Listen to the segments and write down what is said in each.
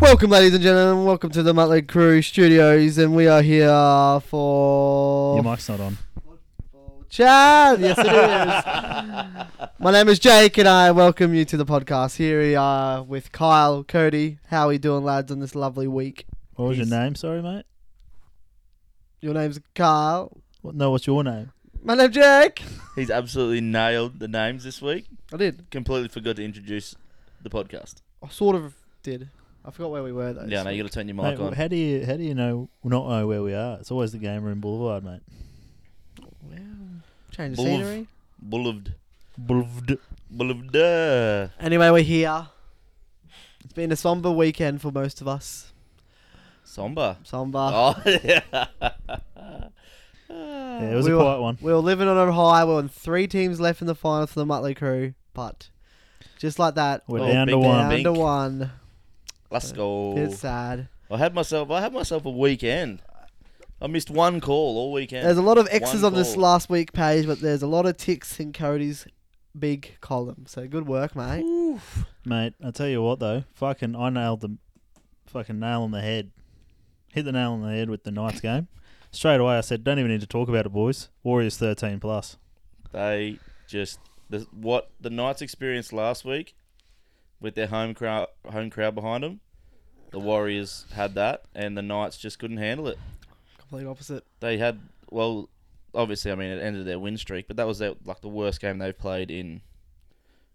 Welcome, ladies and gentlemen. Welcome to the Mutley Crew Studios, and we are here for Your mic's not on. Chad. Yes, it is. My name is Jake, and I welcome you to the podcast. Here we are with Kyle, Cody. How are you doing, lads, on this lovely week? What was your He's- name? Sorry, mate. Your name's Kyle. What, no, what's your name? My name's Jake. He's absolutely nailed the names this week. I did. Completely forgot to introduce the podcast. I sort of did. I forgot where we were though. Yeah, so- no, you got to turn your Mate, mic on. how do you how do you know not know where we are? It's always the game room boulevard, mate. Well, change the Bull- scenery. Boulevard. Boulevard. Boulevard. Anyway, we're here. It's been a somber weekend for most of us. Somber. Somber. Oh, yeah. Yeah, it was we a were- quiet one. We were living on a high. We were on three teams left in the final for the Mutley crew, but just like that, We're Oh, down to big one. down to Bink. one. Let's go. It's sad. I had myself. I had myself a weekend. I missed one call all weekend. There's a lot of X's One on this call. last week page, but there's a lot of ticks in Cody's big column. So good work, mate. Oof. Mate, I tell you what though, fucking I nailed the fucking nail on the head. Hit the nail on the head with the Knights game. Straight away I said, Don't even need to talk about it, boys. Warriors thirteen plus. They just the, what the Knights experienced last week with their home crowd home crowd behind them. The Warriors had that, and the Knights just couldn't handle it. Complete opposite. They had well, obviously, I mean, it ended their win streak, but that was their, like the worst game they've played in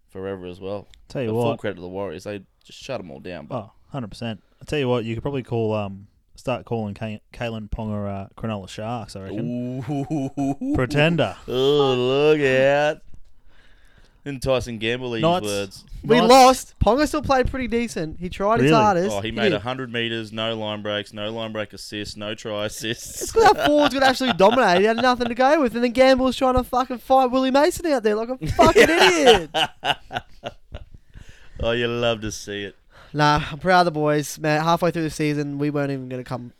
forever as well. Tell you But full what. credit to the Warriors, they just shut them all down. But Oh, 100 percent. I tell you what, you could probably call um start calling Kay- Kalen Ponga uh, Cronulla Sharks, I reckon. Ooh. Pretender. Oh, look out! Enticing gamble these Knights- words. We Knights- lost. Ponga still played pretty decent. He tried his Really? hardest. Oh, he made did. a hundred meters, no line breaks, no line break assists, no try It's assists. good that forwards got absolutely dominated. He had nothing to go with. And then Gamble's trying to fucking fight Willie Mason out there like a fucking idiot. oh, you love to see it. Nah, I'm proud of the boys, man. Halfway through the season, we weren't even going to come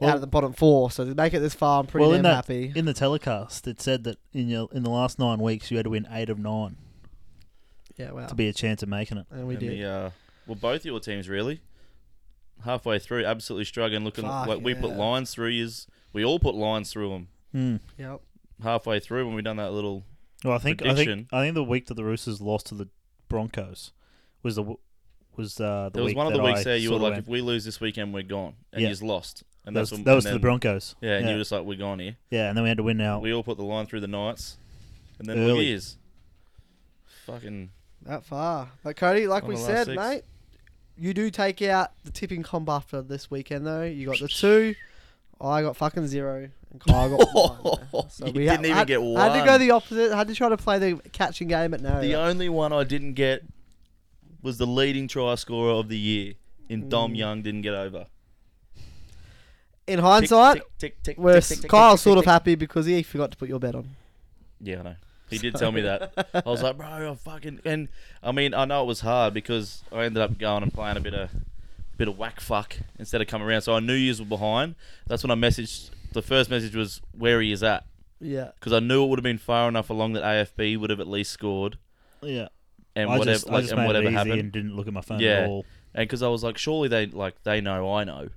out Well- of the bottom four, so to make it this far, I'm pretty Well, in damn that- happy. In the telecast, it said that in your in the last nine weeks, you had to win eight of nine Yeah, wow. to be a chance of making it. And we And did. The, uh, well, both your teams really. Halfway through, absolutely struggling. Looking Fuck, like we put yeah. lines through yours. We all put lines through them Hmm. Yep. halfway through when we done that little. Well, I think I Prediction. think I think the week that the Roosters lost to the Broncos was the w- was uh, the There was week one of the that weeks I there you were sorta like, went- if we lose this weekend, we're gone, and Yeah. you lost. And that was, that's when, that was and to the then- Broncos. Yeah, and yeah. you were just like, we're gone here. Yeah, and then we had to win now. We all put the line through the Knights, and then Early. it is. Fucking That far. But Cody, like On we the last said, six. mate, you do take out the tipping comp after this weekend, though. You got the two. I got fucking zero. And Kyle Oh, got one. So You we didn't even had, get I had to go one. the opposite. I had to try to play the catching game, but no. The only one I didn't get was the leading try scorer of the year in Mm. Dom Young didn't get over. In hindsight, tick, tick, tick, we're tick, tick, tick, Kyle's tick, sort tick, of happy because he forgot to put your bet on. tick. Yeah, I know. He did tell me that. I was like, bro, I fucking and I mean, I know it was hard because I ended up going and playing a bit of bit of whack fuck instead of coming around. So I knew yous were behind. That's when I messaged. The first message was where he is at Yeah. because I knew it would have been far enough along that AFB would have at least scored yeah, and I whatever just, I like, just and made whatever it easy happened. and didn't look at my phone Yeah. at all. And because I was like, surely they like they know I know,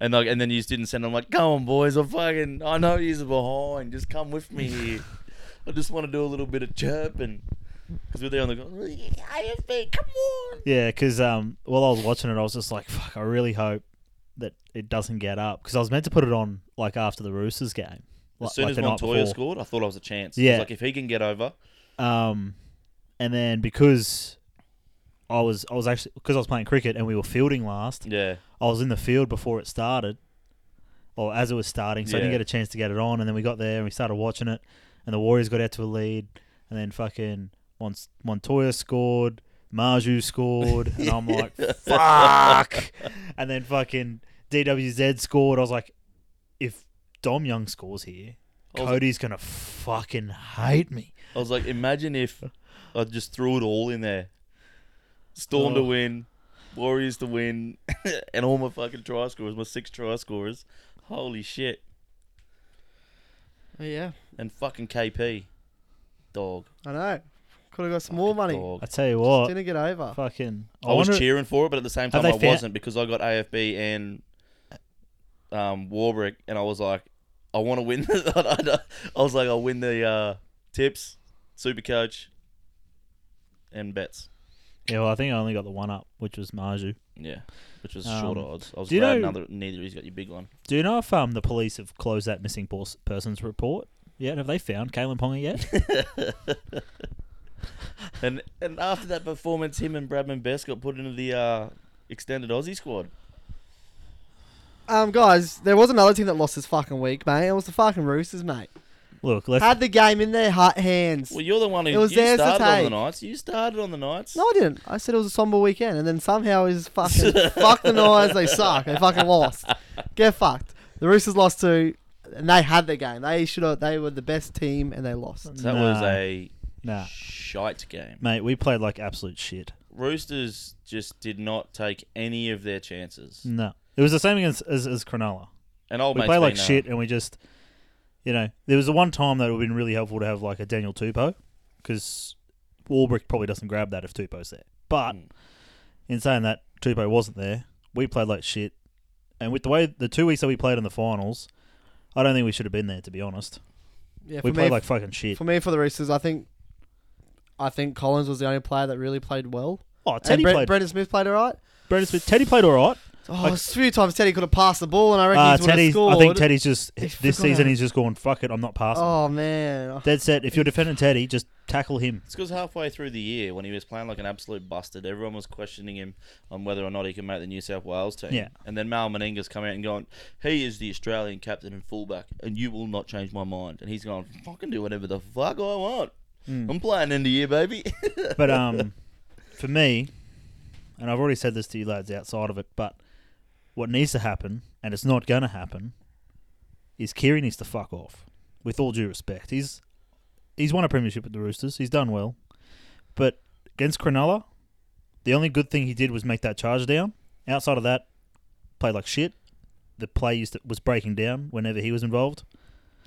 and like and then you just didn't send. them like, come on, boys, I fucking I know yous are behind. Just come with me here. I just want to do a little bit of chirping because we're there on the go. AFB, come on. Yeah, because um, while I was watching it, I was just like, "Fuck!" I really hope that it doesn't get up because I was meant to put it on like after the Roosters game. li- As soon like as the night Montoya before. scored, I thought I was a chance. Yeah, Yeah. like if he can get over, Um, and then because I was I was actually because I was playing cricket and we were fielding last. yeah, I was in the field before it started, or as it was starting, so I didn't Yeah. get a chance to get it on. And then we got there and we started watching it, and the Warriors got out to a lead, and then fucking Mon- Montoya scored, Marju scored, and I'm like, fuck. And then fucking DWZ scored. I was like, if Dom Young scores here, I was- Cody's gonna fucking hate me. I was like, imagine if I just threw it all in there. Storm to Oh. win, Warriors to win, and all my fucking try scorers, my six try scorers. Holy shit. Yeah. Oh, And fucking KP. Dog. I know. Could have got some more money. Dog. I tell you Just what, didn't get over. fucking. I, Uh, I was wonder- cheering for it, but at the same time they I fa- wasn't because I got AFB and um, Warbrick, and I was like, I want to win. The, I was like, I'll win the uh, tips, super coach, and bets. Yeah, well, I think I only got the one up, which was Marju. Yeah, which was Um, shorter odds. I was do you glad know- neither, neither of you's got your big one. Do you know if um the police have closed that missing pers- persons report yet? Have they found Kalen Ponga yet? And and after that performance, him and Bradman Best got put into the uh, extended Aussie squad. Um, guys, there was another team that lost this fucking week, mate. It was the fucking Roosters, mate. Look, let's. Had the game in their hot hands. Well, you're the one who It was you theirs to started on the take. Knights. You started on the Knights. No, I didn't. I said it was a somber weekend, and then somehow he's fucking fuck the Knives. They suck. They fucking lost. Get fucked. The Roosters lost two, and they had the game. They should have. They were the best team, and they lost. So that was Nah. a nah, shite game. mate, we played like absolute shit. Roosters just did not take any of their chances. No, it was the same against as, as Cronulla. And old Hmm. we mate's played like been, uh, shit, and we just, you know, there was the one time that it would have been really helpful to have like a Daniel Tupou, because Warbrick probably doesn't grab that if Tupou's there. But Mm. in saying that, Tupou wasn't there. We played like shit, and with the way the two weeks that we played in the finals, I don't think we should have been there to be honest. Yeah, we for played me, like fucking shit. for me for the Roosters, I think, I think Collins was the only player that really played well. Oh, and Teddy Bre- played. Brendan Smith played alright. Brendan Smith. Teddy played all right. Oh, Like- a few times Teddy could have passed the ball, and I reckon Uh, he would have Teddy's. scored. I think Teddy's just He this forgot season. how- He's just going fuck it. I'm not passing. Oh man, Dead set. If you're defending Teddy, just tackle him. It's because halfway through the year, when he was playing like an absolute bastard, everyone was questioning him on whether or not he could make the New South Wales team. Yeah. And then Mal Meninga's come out and gone, he is the Australian captain and fullback, and you will not change my mind. And he's gone, fucking do whatever the fuck I want. Hmm. I'm playing in the year, baby. But um, for me, and I've already said this to you lads outside of it, but what needs to happen, and it's not going to happen, is Kiri needs to fuck off. With all due respect, he's he's won a premiership at the Roosters. He's done well, but against Cronulla, the only good thing he did was make that charge down. Outside of that, played like shit. The play used to, was breaking down whenever he was involved.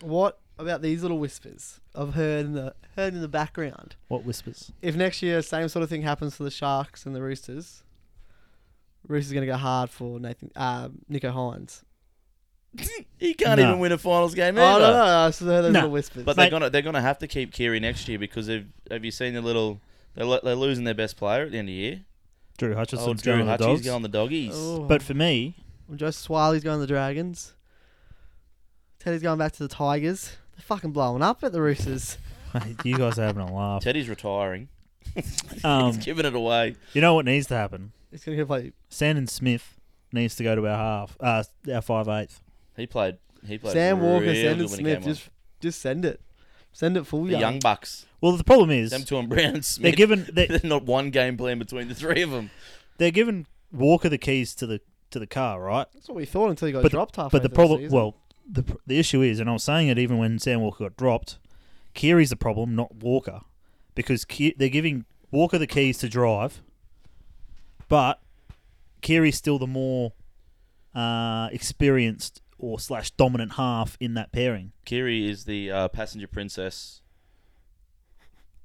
what about these little whispers I've heard in the heard in the background? What whispers? if next year same sort of thing happens to the Sharks and the Roosters, Roosters going to go hard for Nathan uh, Nico Hines. he can't No. even win a finals game Oh no, either. no, no, I just heard those No. little whispers. But they're Mate- gonna they're gonna have to keep Kiri next year because they've have you seen the little they're, lo- they're losing their best player at the end of the year. Drew Hutchinson's Oh, Drew going to the Hutchie's dogs. going the doggies. oh, but for me, Joe Swiley's going to the Dragons. Teddy's going back to the Tigers. They're fucking blowing up at the Roosters. you guys are having a laugh. Teddy's retiring. Um, He's giving it away. You know what needs to happen? It's going to play. Sandon Smith needs to go to our half, uh, our five eighth. He played. He played. Sam real Walker, good Sandon when he came Smith. on. Just, just send it. Send it full the young. young bucks. Well, the problem is Them two and Brown they're Smith. given There's they're, not one game plan between the three of them. they're given Walker the keys to the to the car, right? That's what we thought until he got But the- dropped halfway But the through problem, season. well, the pr- the issue is, and I was saying it even when Sam Walker got dropped, Kiri's the problem, not Walker, because Ki- they're giving Walker the keys to drive, but Kiri's still the more uh, experienced or slash dominant half in that pairing. Kiri is the uh, passenger princess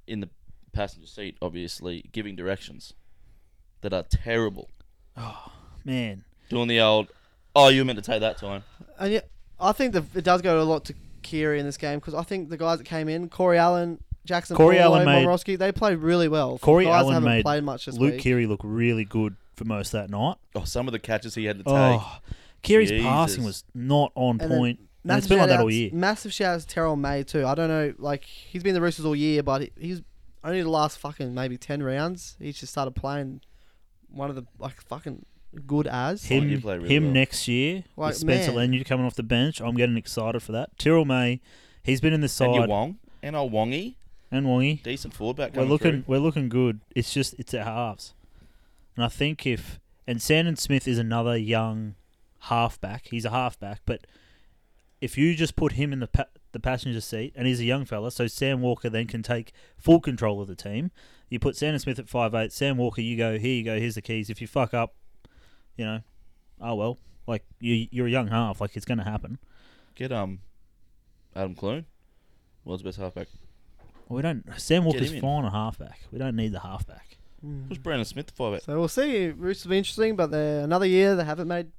in the passenger seat, obviously giving directions that are terrible. Man, Doing the old, oh, you were meant to take that time. And yeah, I think the, it does go a lot to Kiri in this game because I think the guys that came in, Corey Allen, Jackson, Corey Paulo, Allen made- Momorowski, they played really well. Corey guys Allen haven't made played much this Luke week. Keary looked really good for most that night. Oh, some of the catches he had to take. Oh, Keary's Jesus. passing was not on then point. And it's Massive been like that shout-outs- all year. Massive shout out to Terrell May too. I don't know, like he's been the Roosters all year, but he, he's only the last fucking maybe ten rounds. He's just started playing one of the like fucking good as. He- Him, you play really him well. next year Like, with Spencer man. Lenu coming off the bench. I'm getting excited for that. Tyrrell May, he's been in the and your side Wong and our Wongy, and Wongy. decent forward back. We're coming looking, through. we're looking good. It's just it's at halves, and I think if and Sandon Smith is another young halfback. He's a halfback, but if you just put him in the pa- the passenger seat, and he's a young fella, so Sam Walker then can take full control of the team. You put Sandon Smith at five eight. Sam Walker, you go here. You go here's the keys. If you fuck up, you know, oh well. Like you, you're a young half. Like it's going to happen. Get um, Adam Clune, world's best halfback. Well, we don't. Sam Walker's him in. fine on halfback. We don't need the halfback. What's Brandon Smith the five eight? So we'll see. Roosters will be interesting, but they're another year they haven't made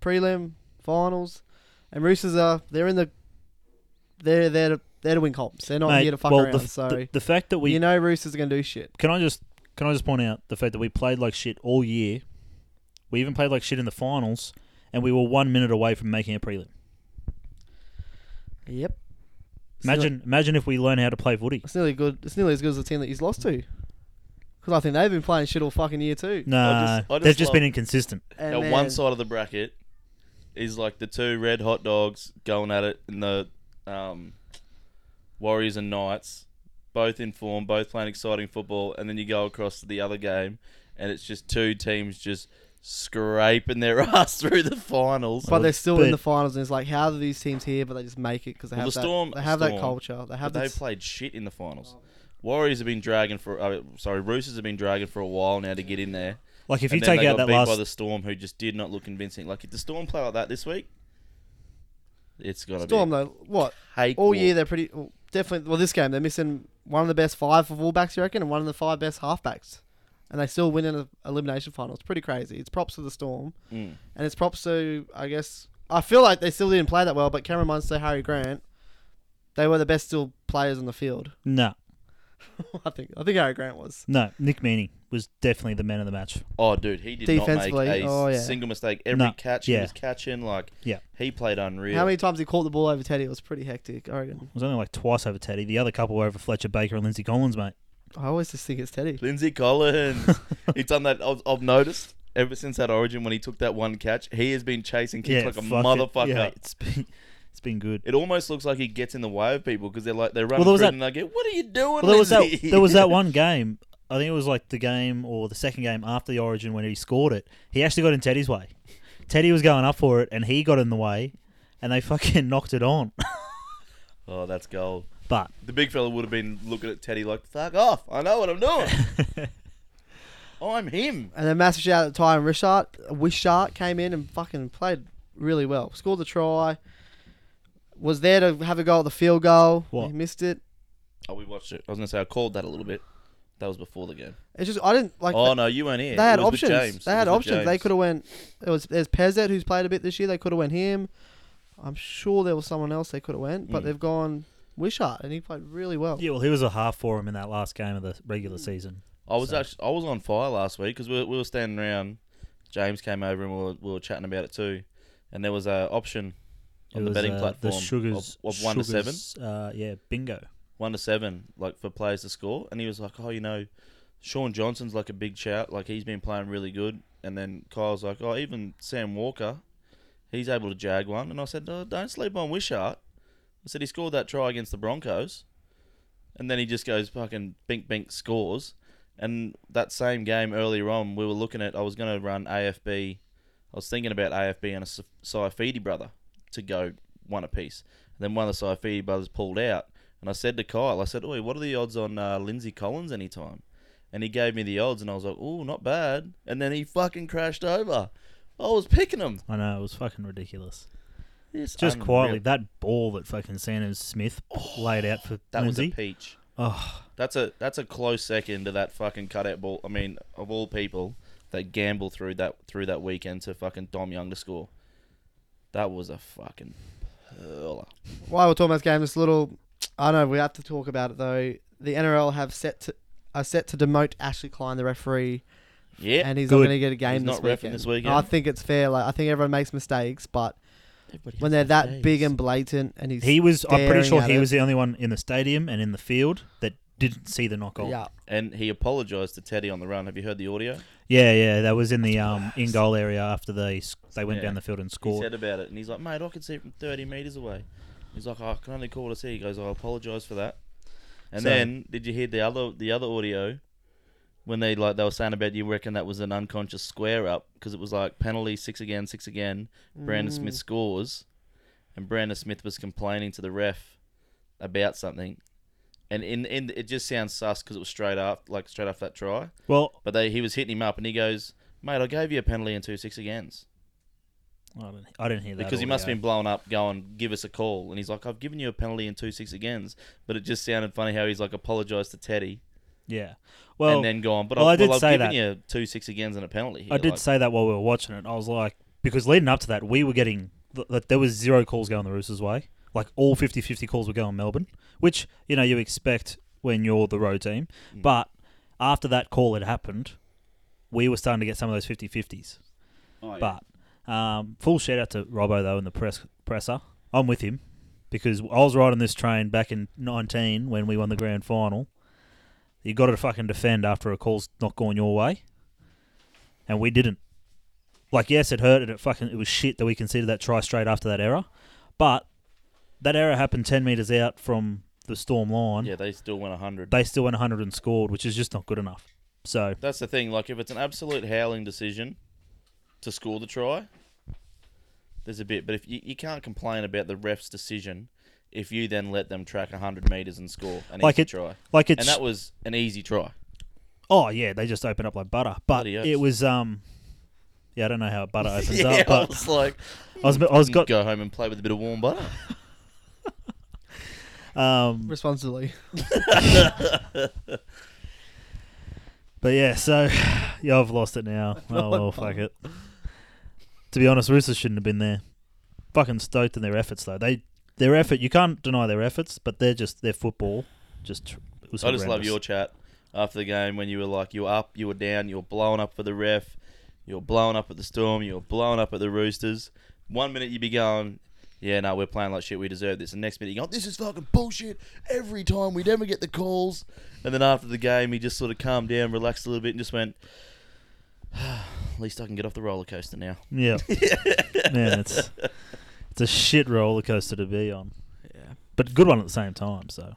prelim finals, and Roosters are they're in the they're there to they're to win comps. They're not Mate, here to fuck well, around. The, so the, the fact that we you know Roosters are gonna do shit. can I just can I just point out the fact that we played like shit all year. We even played like shit in the finals, and we were one minute away from making a prelim. Yep. It's nearly- Imagine, imagine if we learn how to play footy. it's nearly good. It's nearly as good as the team that he's lost to. Because I think they've been playing shit all fucking year too. Nah, just- I they've just just love- been inconsistent. And Now then- one side of the bracket is like the two red hot dogs going at it, and the um, Warriors and Knights, both in form, both playing exciting football, and then you go across to the other game, and it's just two teams just scraping their ass through the finals. But they're still in But- the finals, and it's like, how do these teams here? But they just make it because they Well, have the that. Storm- they have that Storm, culture. They have but they this- played shit in the finals. Warriors have been dragging for, uh, sorry, Roosters have been dragging for a while now to get in there. Like if And you then take they out got that beat last, by the Storm, who just did not look convincing. Like if the Storm play like that this week, it's got to be Storm though. What cake all walk. year they're pretty well, definitely. Well, this game they're missing one of the best five for fullbacks, you reckon, and one of the five best halfbacks, and they still win in an elimination final. It's pretty crazy. It's props to the Storm, Mm. and it's props to I guess I feel like they still didn't play that well, but Cameron Munster, Harry Grant, they were the best still players on the field. no, I think I think Harry Grant was. no, Nick Meaney was definitely the man of the match. Oh, dude, he did not make Defensively, a oh, yeah. single mistake. Every No, catch he yeah. was catching, like Yeah. he played unreal. How many times he caught the ball over Teddy? It was pretty hectic. I reckon. It was only like twice over Teddy. The other couple were over Fletcher Baker and Lindsay Collins, mate. I always just think it's Teddy. Lindsay Collins, he's done that. I've, I've noticed ever since that Origin when he took that one catch, he has been chasing kicks like a fuck it. motherfucker. Yeah, It. it's been, it's been good. almost looks like he gets in the way of people because they're like they're running there was through that- and they go, "What are you doing?" Well, there was that Lindsay?" there was that one game. I think it was like the game or the second game after the Origin when he scored it. He actually got in Teddy's way. Teddy was going up for it, and he got in the way, and they fucking knocked it on. oh, that's gold. But The big fella would have been looking at Teddy like, "Fuck off! I know what I'm doing. I'm him." And then massive shout out to Tyron Wishart. Wishart came in and fucking played really well. Scored the try. Was there to have a go at the field goal. What? He missed it. Oh, we watched it. I was gonna say I called that a little bit. That was before the game. It's just I didn't like. oh th- no, you weren't here. they had It was with options. James. They It had was with options. They James. could have went. It was there's Pezet who's played a bit this year. They could have went him. I'm sure there was someone else they could have went, but Mm. they've gone Wishart and he played really well. yeah, well, he was a half for him in that last game of the regular season. I was So- actually I was on fire last week because we, were- we were standing around. James came over and we were, we were chatting about it too, and there was a option on It the was, betting uh, platform the sugars of, of one to seven, Sugars, Uh, yeah, bingo. one to seven, like for players to score. And he was like, "Oh, you know, Sean Johnson's like a big shout. Like he's been playing really good." And then Kyle's like, "Oh, even Sam Walker, he's able to jag one." And I said, oh, "Don't sleep on Wishart." I said he scored that try against the Broncos, and then he just goes fucking bink bink scores. And that same game earlier on, we were looking at I was going to run AFB. I was thinking about AFB and a Sa- Saifidi brother to go one apiece. And then one of the Saifidi brothers pulled out, and I said to Kyle, I said, "Oi, what are the odds on uh, Lindsay Collins anytime?" And he gave me the odds, and I was like, "Oh, not bad." And then he fucking crashed over. I was picking him. I know it was fucking ridiculous. It's Just unreal. Oh, quietly, that ball that fucking Sanders Smith laid out for That was Lindsay. a peach. Oh, That's a that's a close second to that fucking cutout ball. I mean, of all people that gamble through that through that weekend to fucking Dom Young to score, that was a fucking pearler. While we're talking about this game, this little I don't know, we have to talk about it though. The NRL have set to are set to demote Ashley Klein, the referee, Yeah, and he's not good. going to get a game He's this, not reffing weekend. this weekend. I think it's fair. Like I think everyone makes mistakes, but Everybody when they're has that days. big and blatant, and he's he was. I'm pretty staring sure at he it. was the only one in the stadium and in the field that didn't see the knock on. yeah, and he apologized to Teddy on the run. Have you heard the audio? Yeah, yeah, that was in the um, in goal area after they s- they went Yeah. down the field and He scored. said about it, and he's like, "Mate, I can see it from thirty meters away." He's like, "Oh, "I can only call to see." He goes, "I apologise for that." And So- then, did you hear the other the other audio when they like they were saying about you reckon that was an unconscious square up because it was like penalty six again, six again. Mm. Brandon Hmm. Smith scores, and Brandon Smith was complaining to the ref about something, and in in it just sounds sus because it was straight up like straight off that try. well, But they he was hitting him up, and he goes, "Mate, I gave you a penalty and two six agains." I didn't, I didn't hear that. Because he must have audio. been blown up going, give us a call. And he's like, I've given you a penalty in two six agains. But it just sounded funny how he's like, apologised to Teddy Yeah. Well, and then gone, but well, I, I did well, I've say given that. you two six agains and a penalty. Here. I did Like, say that while we were watching it. I was like, because leading up to that, we were getting th- like there was zero calls going the Roosters' way. Like all 50-50 calls were going Melbourne, which you know you expect when you're the road team. Mm. But after that call had happened, we were starting to get some of those 50-50s. Oh, yeah. But um, full shout out to Robbo though in the press presser. I'm with him because I was riding this train back in 19 when we won the grand final. You got to fucking defend after a call's not going your way, and we didn't. Like yes, it hurt and it fucking it was shit that we conceded that try straight after that error, but that error happened 10 meters out from the storm line. Yeah, they still went 100. They still went 100 and scored, which is just not good enough. So That's the thing. Like, if it's an absolute howling decision to score the try, there's a bit. But if you, you can't complain about the ref's decision if you then let them track 100 metres and score an Like easy it- try. like it's And that was an easy try. Oh yeah, they just open up like butter. But Bloody oath. it was um, yeah, I don't know how butter opens Yeah, up, I but was like, I was I was got go home and play with a bit of warm butter. um, responsibly. but yeah, so yeah, I've lost it now. Oh well, fuck it. To be honest, Roosters shouldn't have been there. Fucking stoked in their efforts though. They their effort you can't deny their efforts, but they're just their football just. tr- it was I just love horrendous. your chat after the game when you were like, you were up, you were down, you were blowing up for the ref, you were blowing up at the Storm, you were blowing up at the Roosters. One minute you'd be going, yeah, no, we're playing like shit, we deserve this. And next minute you go, this is fucking bullshit. Every time we never get the calls. And then after the game, he just sort of calmed down, relaxed a little bit, and just went, at least I can get off the roller coaster now. yeah. Man, it's it's a shit roller coaster to be on, Yeah. but good one at the same time. So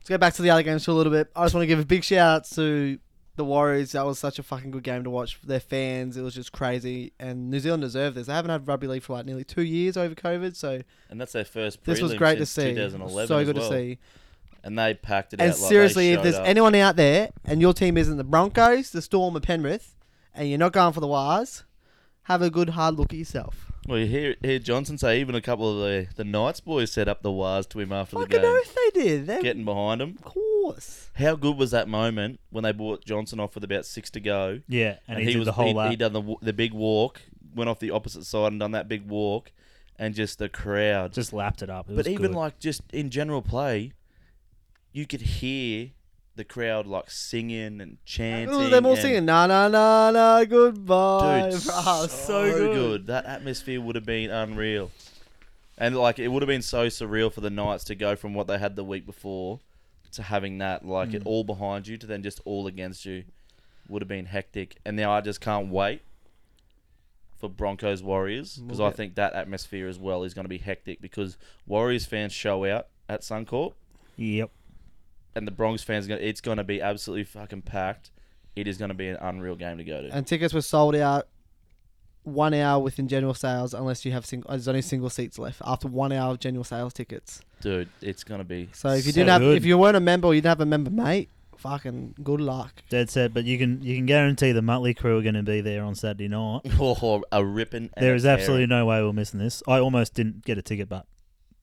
Let's go back to the other games for a little bit. I just want to give a big shout out to the Warriors. That was such a fucking good game to watch. Their fans, it was just crazy. And New Zealand deserved this. They haven't had rugby league for like nearly two years over COVID, so And that's their first this was prelim great to since see. 2011 so as good well. to see. And they packed it And out. like they seriously, if showed there's up. anyone out there and your team isn't the Broncos, the Storm, or Penrith, and you're not going for the Wires, have a good hard look at yourself. Well, you hear, hear Johnson say even a couple of the, the Knights boys set up the wires to him after the Fucking game, oath they did. They're, getting behind him. of course. How good was that moment when they brought Johnson off with about six to go, yeah, and, he, did was the whole he, lap. he done the w- the big walk, went off the opposite side and done that big walk, and just the crowd. just lapped it up. It but was even good. like just in general play, you could hear the crowd like singing and chanting. Ooh, they're all and- singing na na na na goodbye. Dude, Ah, so, good. That atmosphere would have been unreal. And like it would have been so surreal for the Knights to go from what they had the week before to having that like Mm. it all behind you to then just all against you would have been hectic. And now I just can't wait for Broncos Warriors because We'll I get- think that atmosphere as well is going to be hectic because Warriors fans show out at Suncorp Yep. and the Bronx fans going it's going to be absolutely fucking packed. It is going to be an unreal game to go to. and tickets were sold out one hour within general sales unless you have sing- uh, there's only single seats left after one hour of general sales tickets Dude, it's going to be so if you So didn't have good. if you weren't a member or you didn't have a member mate fucking good luck Dead set, but you can you can guarantee the Muttley crew are going to be there on Saturday night. Oh, a ripping. and there a is absolutely no way we're missing this. I almost didn't get a ticket, but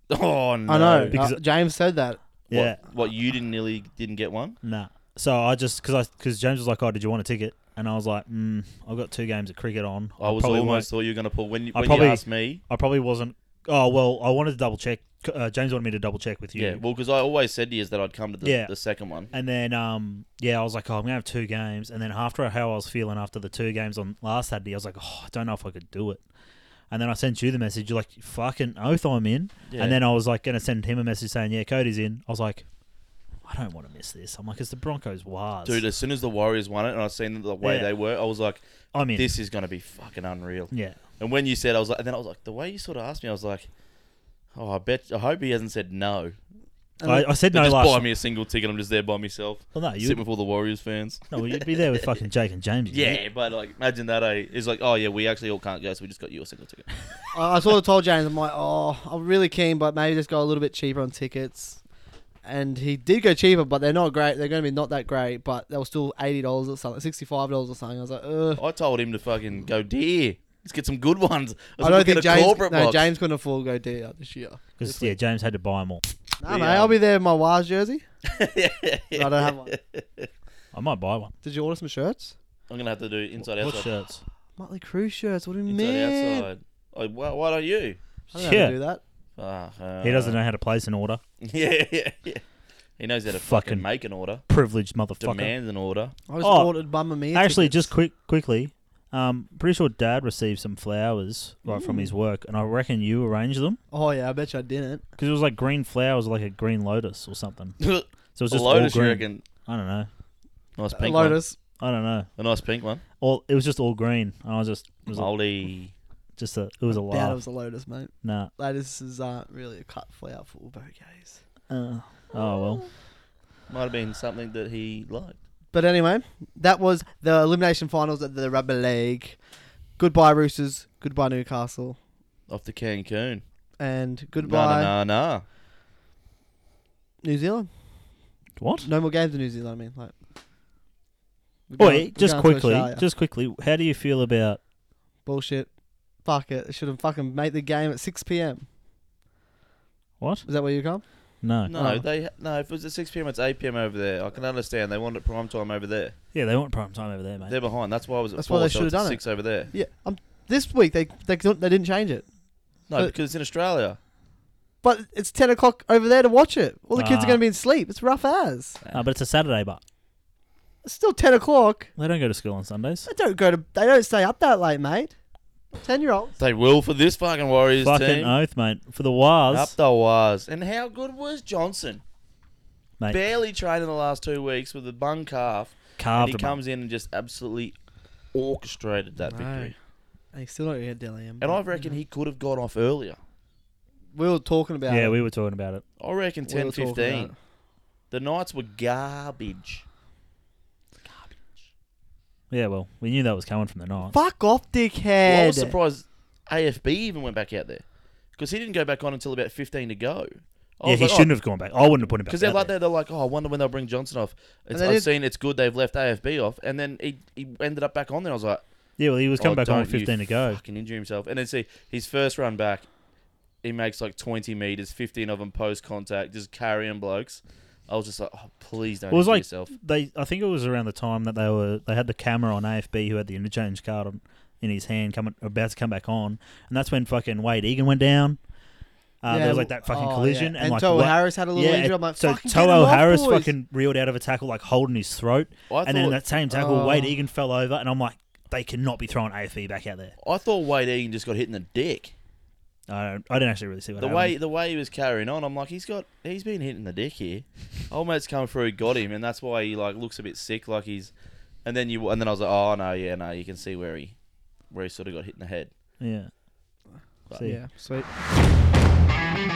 tearing. Oh no! i know because- uh, james said that What, yeah, What you didn't nearly didn't get one? nah. So I just because I because James was like, "Oh, did you want a ticket?" And I was like, mm, "I've got two games of cricket on." I was probably almost won't- thought you were gonna pull when you, I when probably- you asked me. I probably wasn't. Oh well, I wanted to double check. C- Uh, James wanted me to double check with you. Yeah, well, because I always said to you is that I'd come to the, Yeah. the second one. And then, um, yeah, I was like, oh, I'm gonna have two games. And then after how I was feeling after the two games on last Saturday, I was like, oh, I don't know if I could do it. And then I sent you the message. You're like, fucking oath, I'm in. Yeah. And then I was like, gonna send him a message saying, yeah, Cody's in. I was like, I don't want to miss this. I'm like, it's the Broncos was. Dude, as soon as the Warriors won it, and I seen the way Yeah. they were, I was like, I'm in. "This is gonna be fucking unreal." yeah, And when you said, I was like, and then I was like, the way you sort of asked me, I was like, "Oh, I bet. I hope he hasn't said no. And I, I said They no just last. buy me a single ticket. I'm just there by myself, Well, no, sitting you with all the Warriors fans." no, well, you'd be there with fucking Jake and James. you Yeah, but like, imagine that. Eh? It's like, oh yeah, we actually all can't go, so we just got you a single ticket. I, I sort of told james i'm like oh i'm really keen but maybe just go a little bit cheaper on tickets and he did go cheaper, but they're not great. They're going to be not that great, but they were still eighty dollars or something, sixty-five dollars or something. I was like, ugh. I told him to fucking go deer. Let's get some good ones. Let's I don't look at think a James. No, corporate box. James couldn't afford to go D out this year. Because yeah, James had to buy them all. No, The, mate, I'll um, be there in my Waz jersey. Yeah, No, I don't have one. I might buy one. Did you order some shirts? I'm gonna have to do inside What outside. shirts? Motley Crue shirts. What do you Inside mean? outside. Oh, why, why don't you? I don't know how Shit. to do that. Fuck, uh, He doesn't know how to place an order. Yeah, yeah, yeah. He knows how to fucking, Fucking make an order, Privileged motherfucker. demand an order. I just Oh, ordered Mamma Mia. Actually, tickets. just quick, quickly, um, pretty sure Dad received some flowers right from his work, and I reckon you arranged them Oh yeah, I bet you I didn't. because it was like green flowers, like a green lotus or something. a So it was just all lotus, you green. reckon? I don't know. Nice A pink one. Lotus. I don't know. A nice pink one. All it was just all green. And I was just it was Oh. a, Moldy. just a it was a Doubt it laugh. was a Lotus, mate. Nah. Lotuses aren't really a cut flower for bouquets. Uh, oh well. Might have been something that he liked. But anyway, that was the elimination finals at the Rugby League. Goodbye Roosters. Goodbye Newcastle. Off to Cancun. And Nah, goodbye nah, nah. nah. New Zealand. What? No more games in New Zealand. I mean, like. We're going- we're Wait, just going to quickly, Australia. just quickly. How do you feel about? bullshit. Fuck it. Should have fucking made the game at 6 p.m. What? Is that where you come? No. No, Oh. they no. If it was at six pm, it's eight pm over there. I can understand they want it prime time over there. Yeah, they want prime time over there, mate. They're behind. That's why I was at That's why four. they so should it's have at done it. six over there. Yeah. Um, this week they they don't- they didn't change it, No, But- because it's in Australia. but it's 10 o'clock over there to watch it. All the kids Ah. are going to be in sleep. It's rough as. Uh, but it's a Saturday, but It's still 10 o'clock. they don't go to school on Sundays. They don't go to. They don't stay up that late, mate. 10 year olds. They will for this fucking Warriors Fucking team. oath, mate. For the Up Wars, the was. And how good was Johnson? mate. Barely trained in the last two weeks with a bung calf, and carved he 'em up. comes in and just absolutely orchestrated that No. victory. And he's still not going to get Dillian. And I reckon he could have got off earlier. We were talking about Yeah, it. we were talking about it. I reckon We were ten talking fifteen. about it. The Knights were garbage. Yeah, well, we knew that was coming from the Knights. Fuck off, dickhead. Well, I was surprised AFB even went back out there because he didn't go back on until about 15 to go. I Yeah, was he like, oh. shouldn't have gone back. I wouldn't have put him back. Because they're out like there. that. They're like, oh, I wonder when they'll bring Johnson off. It's, they I've did- seen it's good. They've left AFB off, and then he, he ended up back on there. I was like, Yeah, well, he was coming "Oh, back on don't with 15 to you go. Fucking injure himself, and then see his first run back. He makes like 20 meters, 15 of them post contact, just carrying blokes. I was just like, oh, please don't It was injure like- yourself. They, I think it was around the time that they were they had the camera on AFB who had the interchange card on, in his hand, coming about to come back on, and that's when fucking Wade Egan went down. Uh, there was like that fucking oh, collision, yeah. and, like Toa what- Harris had a little yeah, injury. I'm like, so fucking get him Toa off, Harris boys. fucking reeled out of a tackle, like holding his throat, I and then in thought- that same tackle, Wade Oh. Egan fell over, and I'm like, they cannot be throwing AFB back out there. I thought Wade Egan just got hit in the dick. I don't, I didn't actually really see what The happened. way the way he was carrying on, I'm like, he's got he's been hitting the dick here. Old mate's come through, got him, and that's why he like looks a bit sick, like he's. And then you and then I was like, oh no, yeah, no, you can see where he where he sort of got hit in the head. yeah. But- See. Yeah, sweet.